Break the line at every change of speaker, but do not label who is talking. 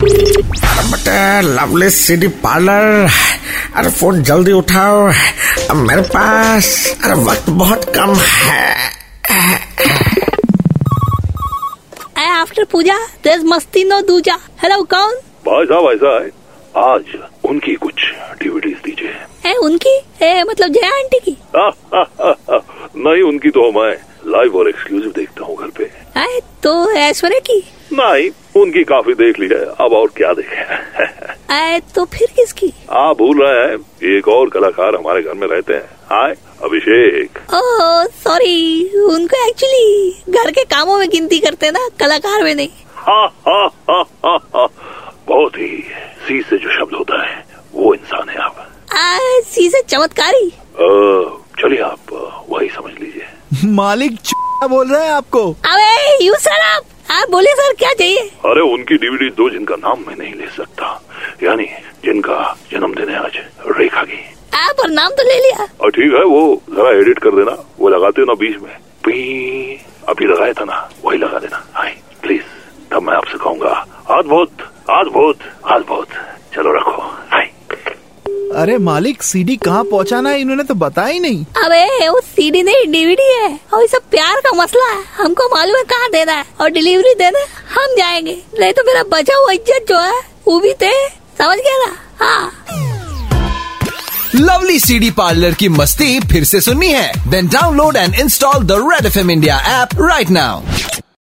अरे बटे lovely city parlour अरे फोन जल्दी उठाओ अब मेरे पास अरे वक्त बहुत कम है
आफ्टर पूजा देर मस्ती नो दूजा हेलो कौन
भाई साहब ऐसा है आज उनकी कुछ डीवीडीज दीजिए
है उनकी है मतलब जया आंटी की
नहीं उनकी तो मैं लाइव और एक्सक्लूसिव देखता हूँ घर पे
है तो ऐश्वर्या की
नहीं उनकी काफी देख ली है अब और क्या देखे
है तो फिर किसकी
आप भूल रहे हैं एक और कलाकार हमारे घर में रहते हैं हाय अभिषेक
ओह सॉरी उनको एक्चुअली घर के कामों में गिनती करते हैं ना कलाकार में नहीं
हा, हा, हा, हा, हा। बहुत ही सी से जो शब्द होता है वो इंसान है आप
आ, सी से चमत्कारी
अ, चलिए आप अ, वही समझ लीजिए
मालिक चुप बोल रहा है आपको
अबे यू सर आप आप बोलिए सर क्या चाहिए
अरे उनकी डीवीडी दो जिनका नाम मैं नहीं ले सकता यानी जिनका जन्मदिन है आज रेखा की
आप और नाम तो ले लिया
और ठीक है वो जरा एडिट कर देना वो लगाते हो ना बीच में पी अभी लगाया था ना वही लगा देना हाय प्लीज तब मैं आपसे कहूंगा आज बहुत आज बहुत आज बहुत चलो रखो हाय
अरे मालिक सीडी कहाँ पहुँचाना है इन्होंने तो बताया ही नहीं
अबे वो सीडी नहीं डीवीडी है और ये सब प्यार का मसला है हमको मालूम है कहाँ देना है और डिलीवरी देना है, हम जाएंगे नहीं तो मेरा बचा हुआ इज्जत जो है वो भी थे समझ गया ना हाँ
लवली सीडी पार्लर की मस्ती फिर से सुननी है then download and install the red F India app right now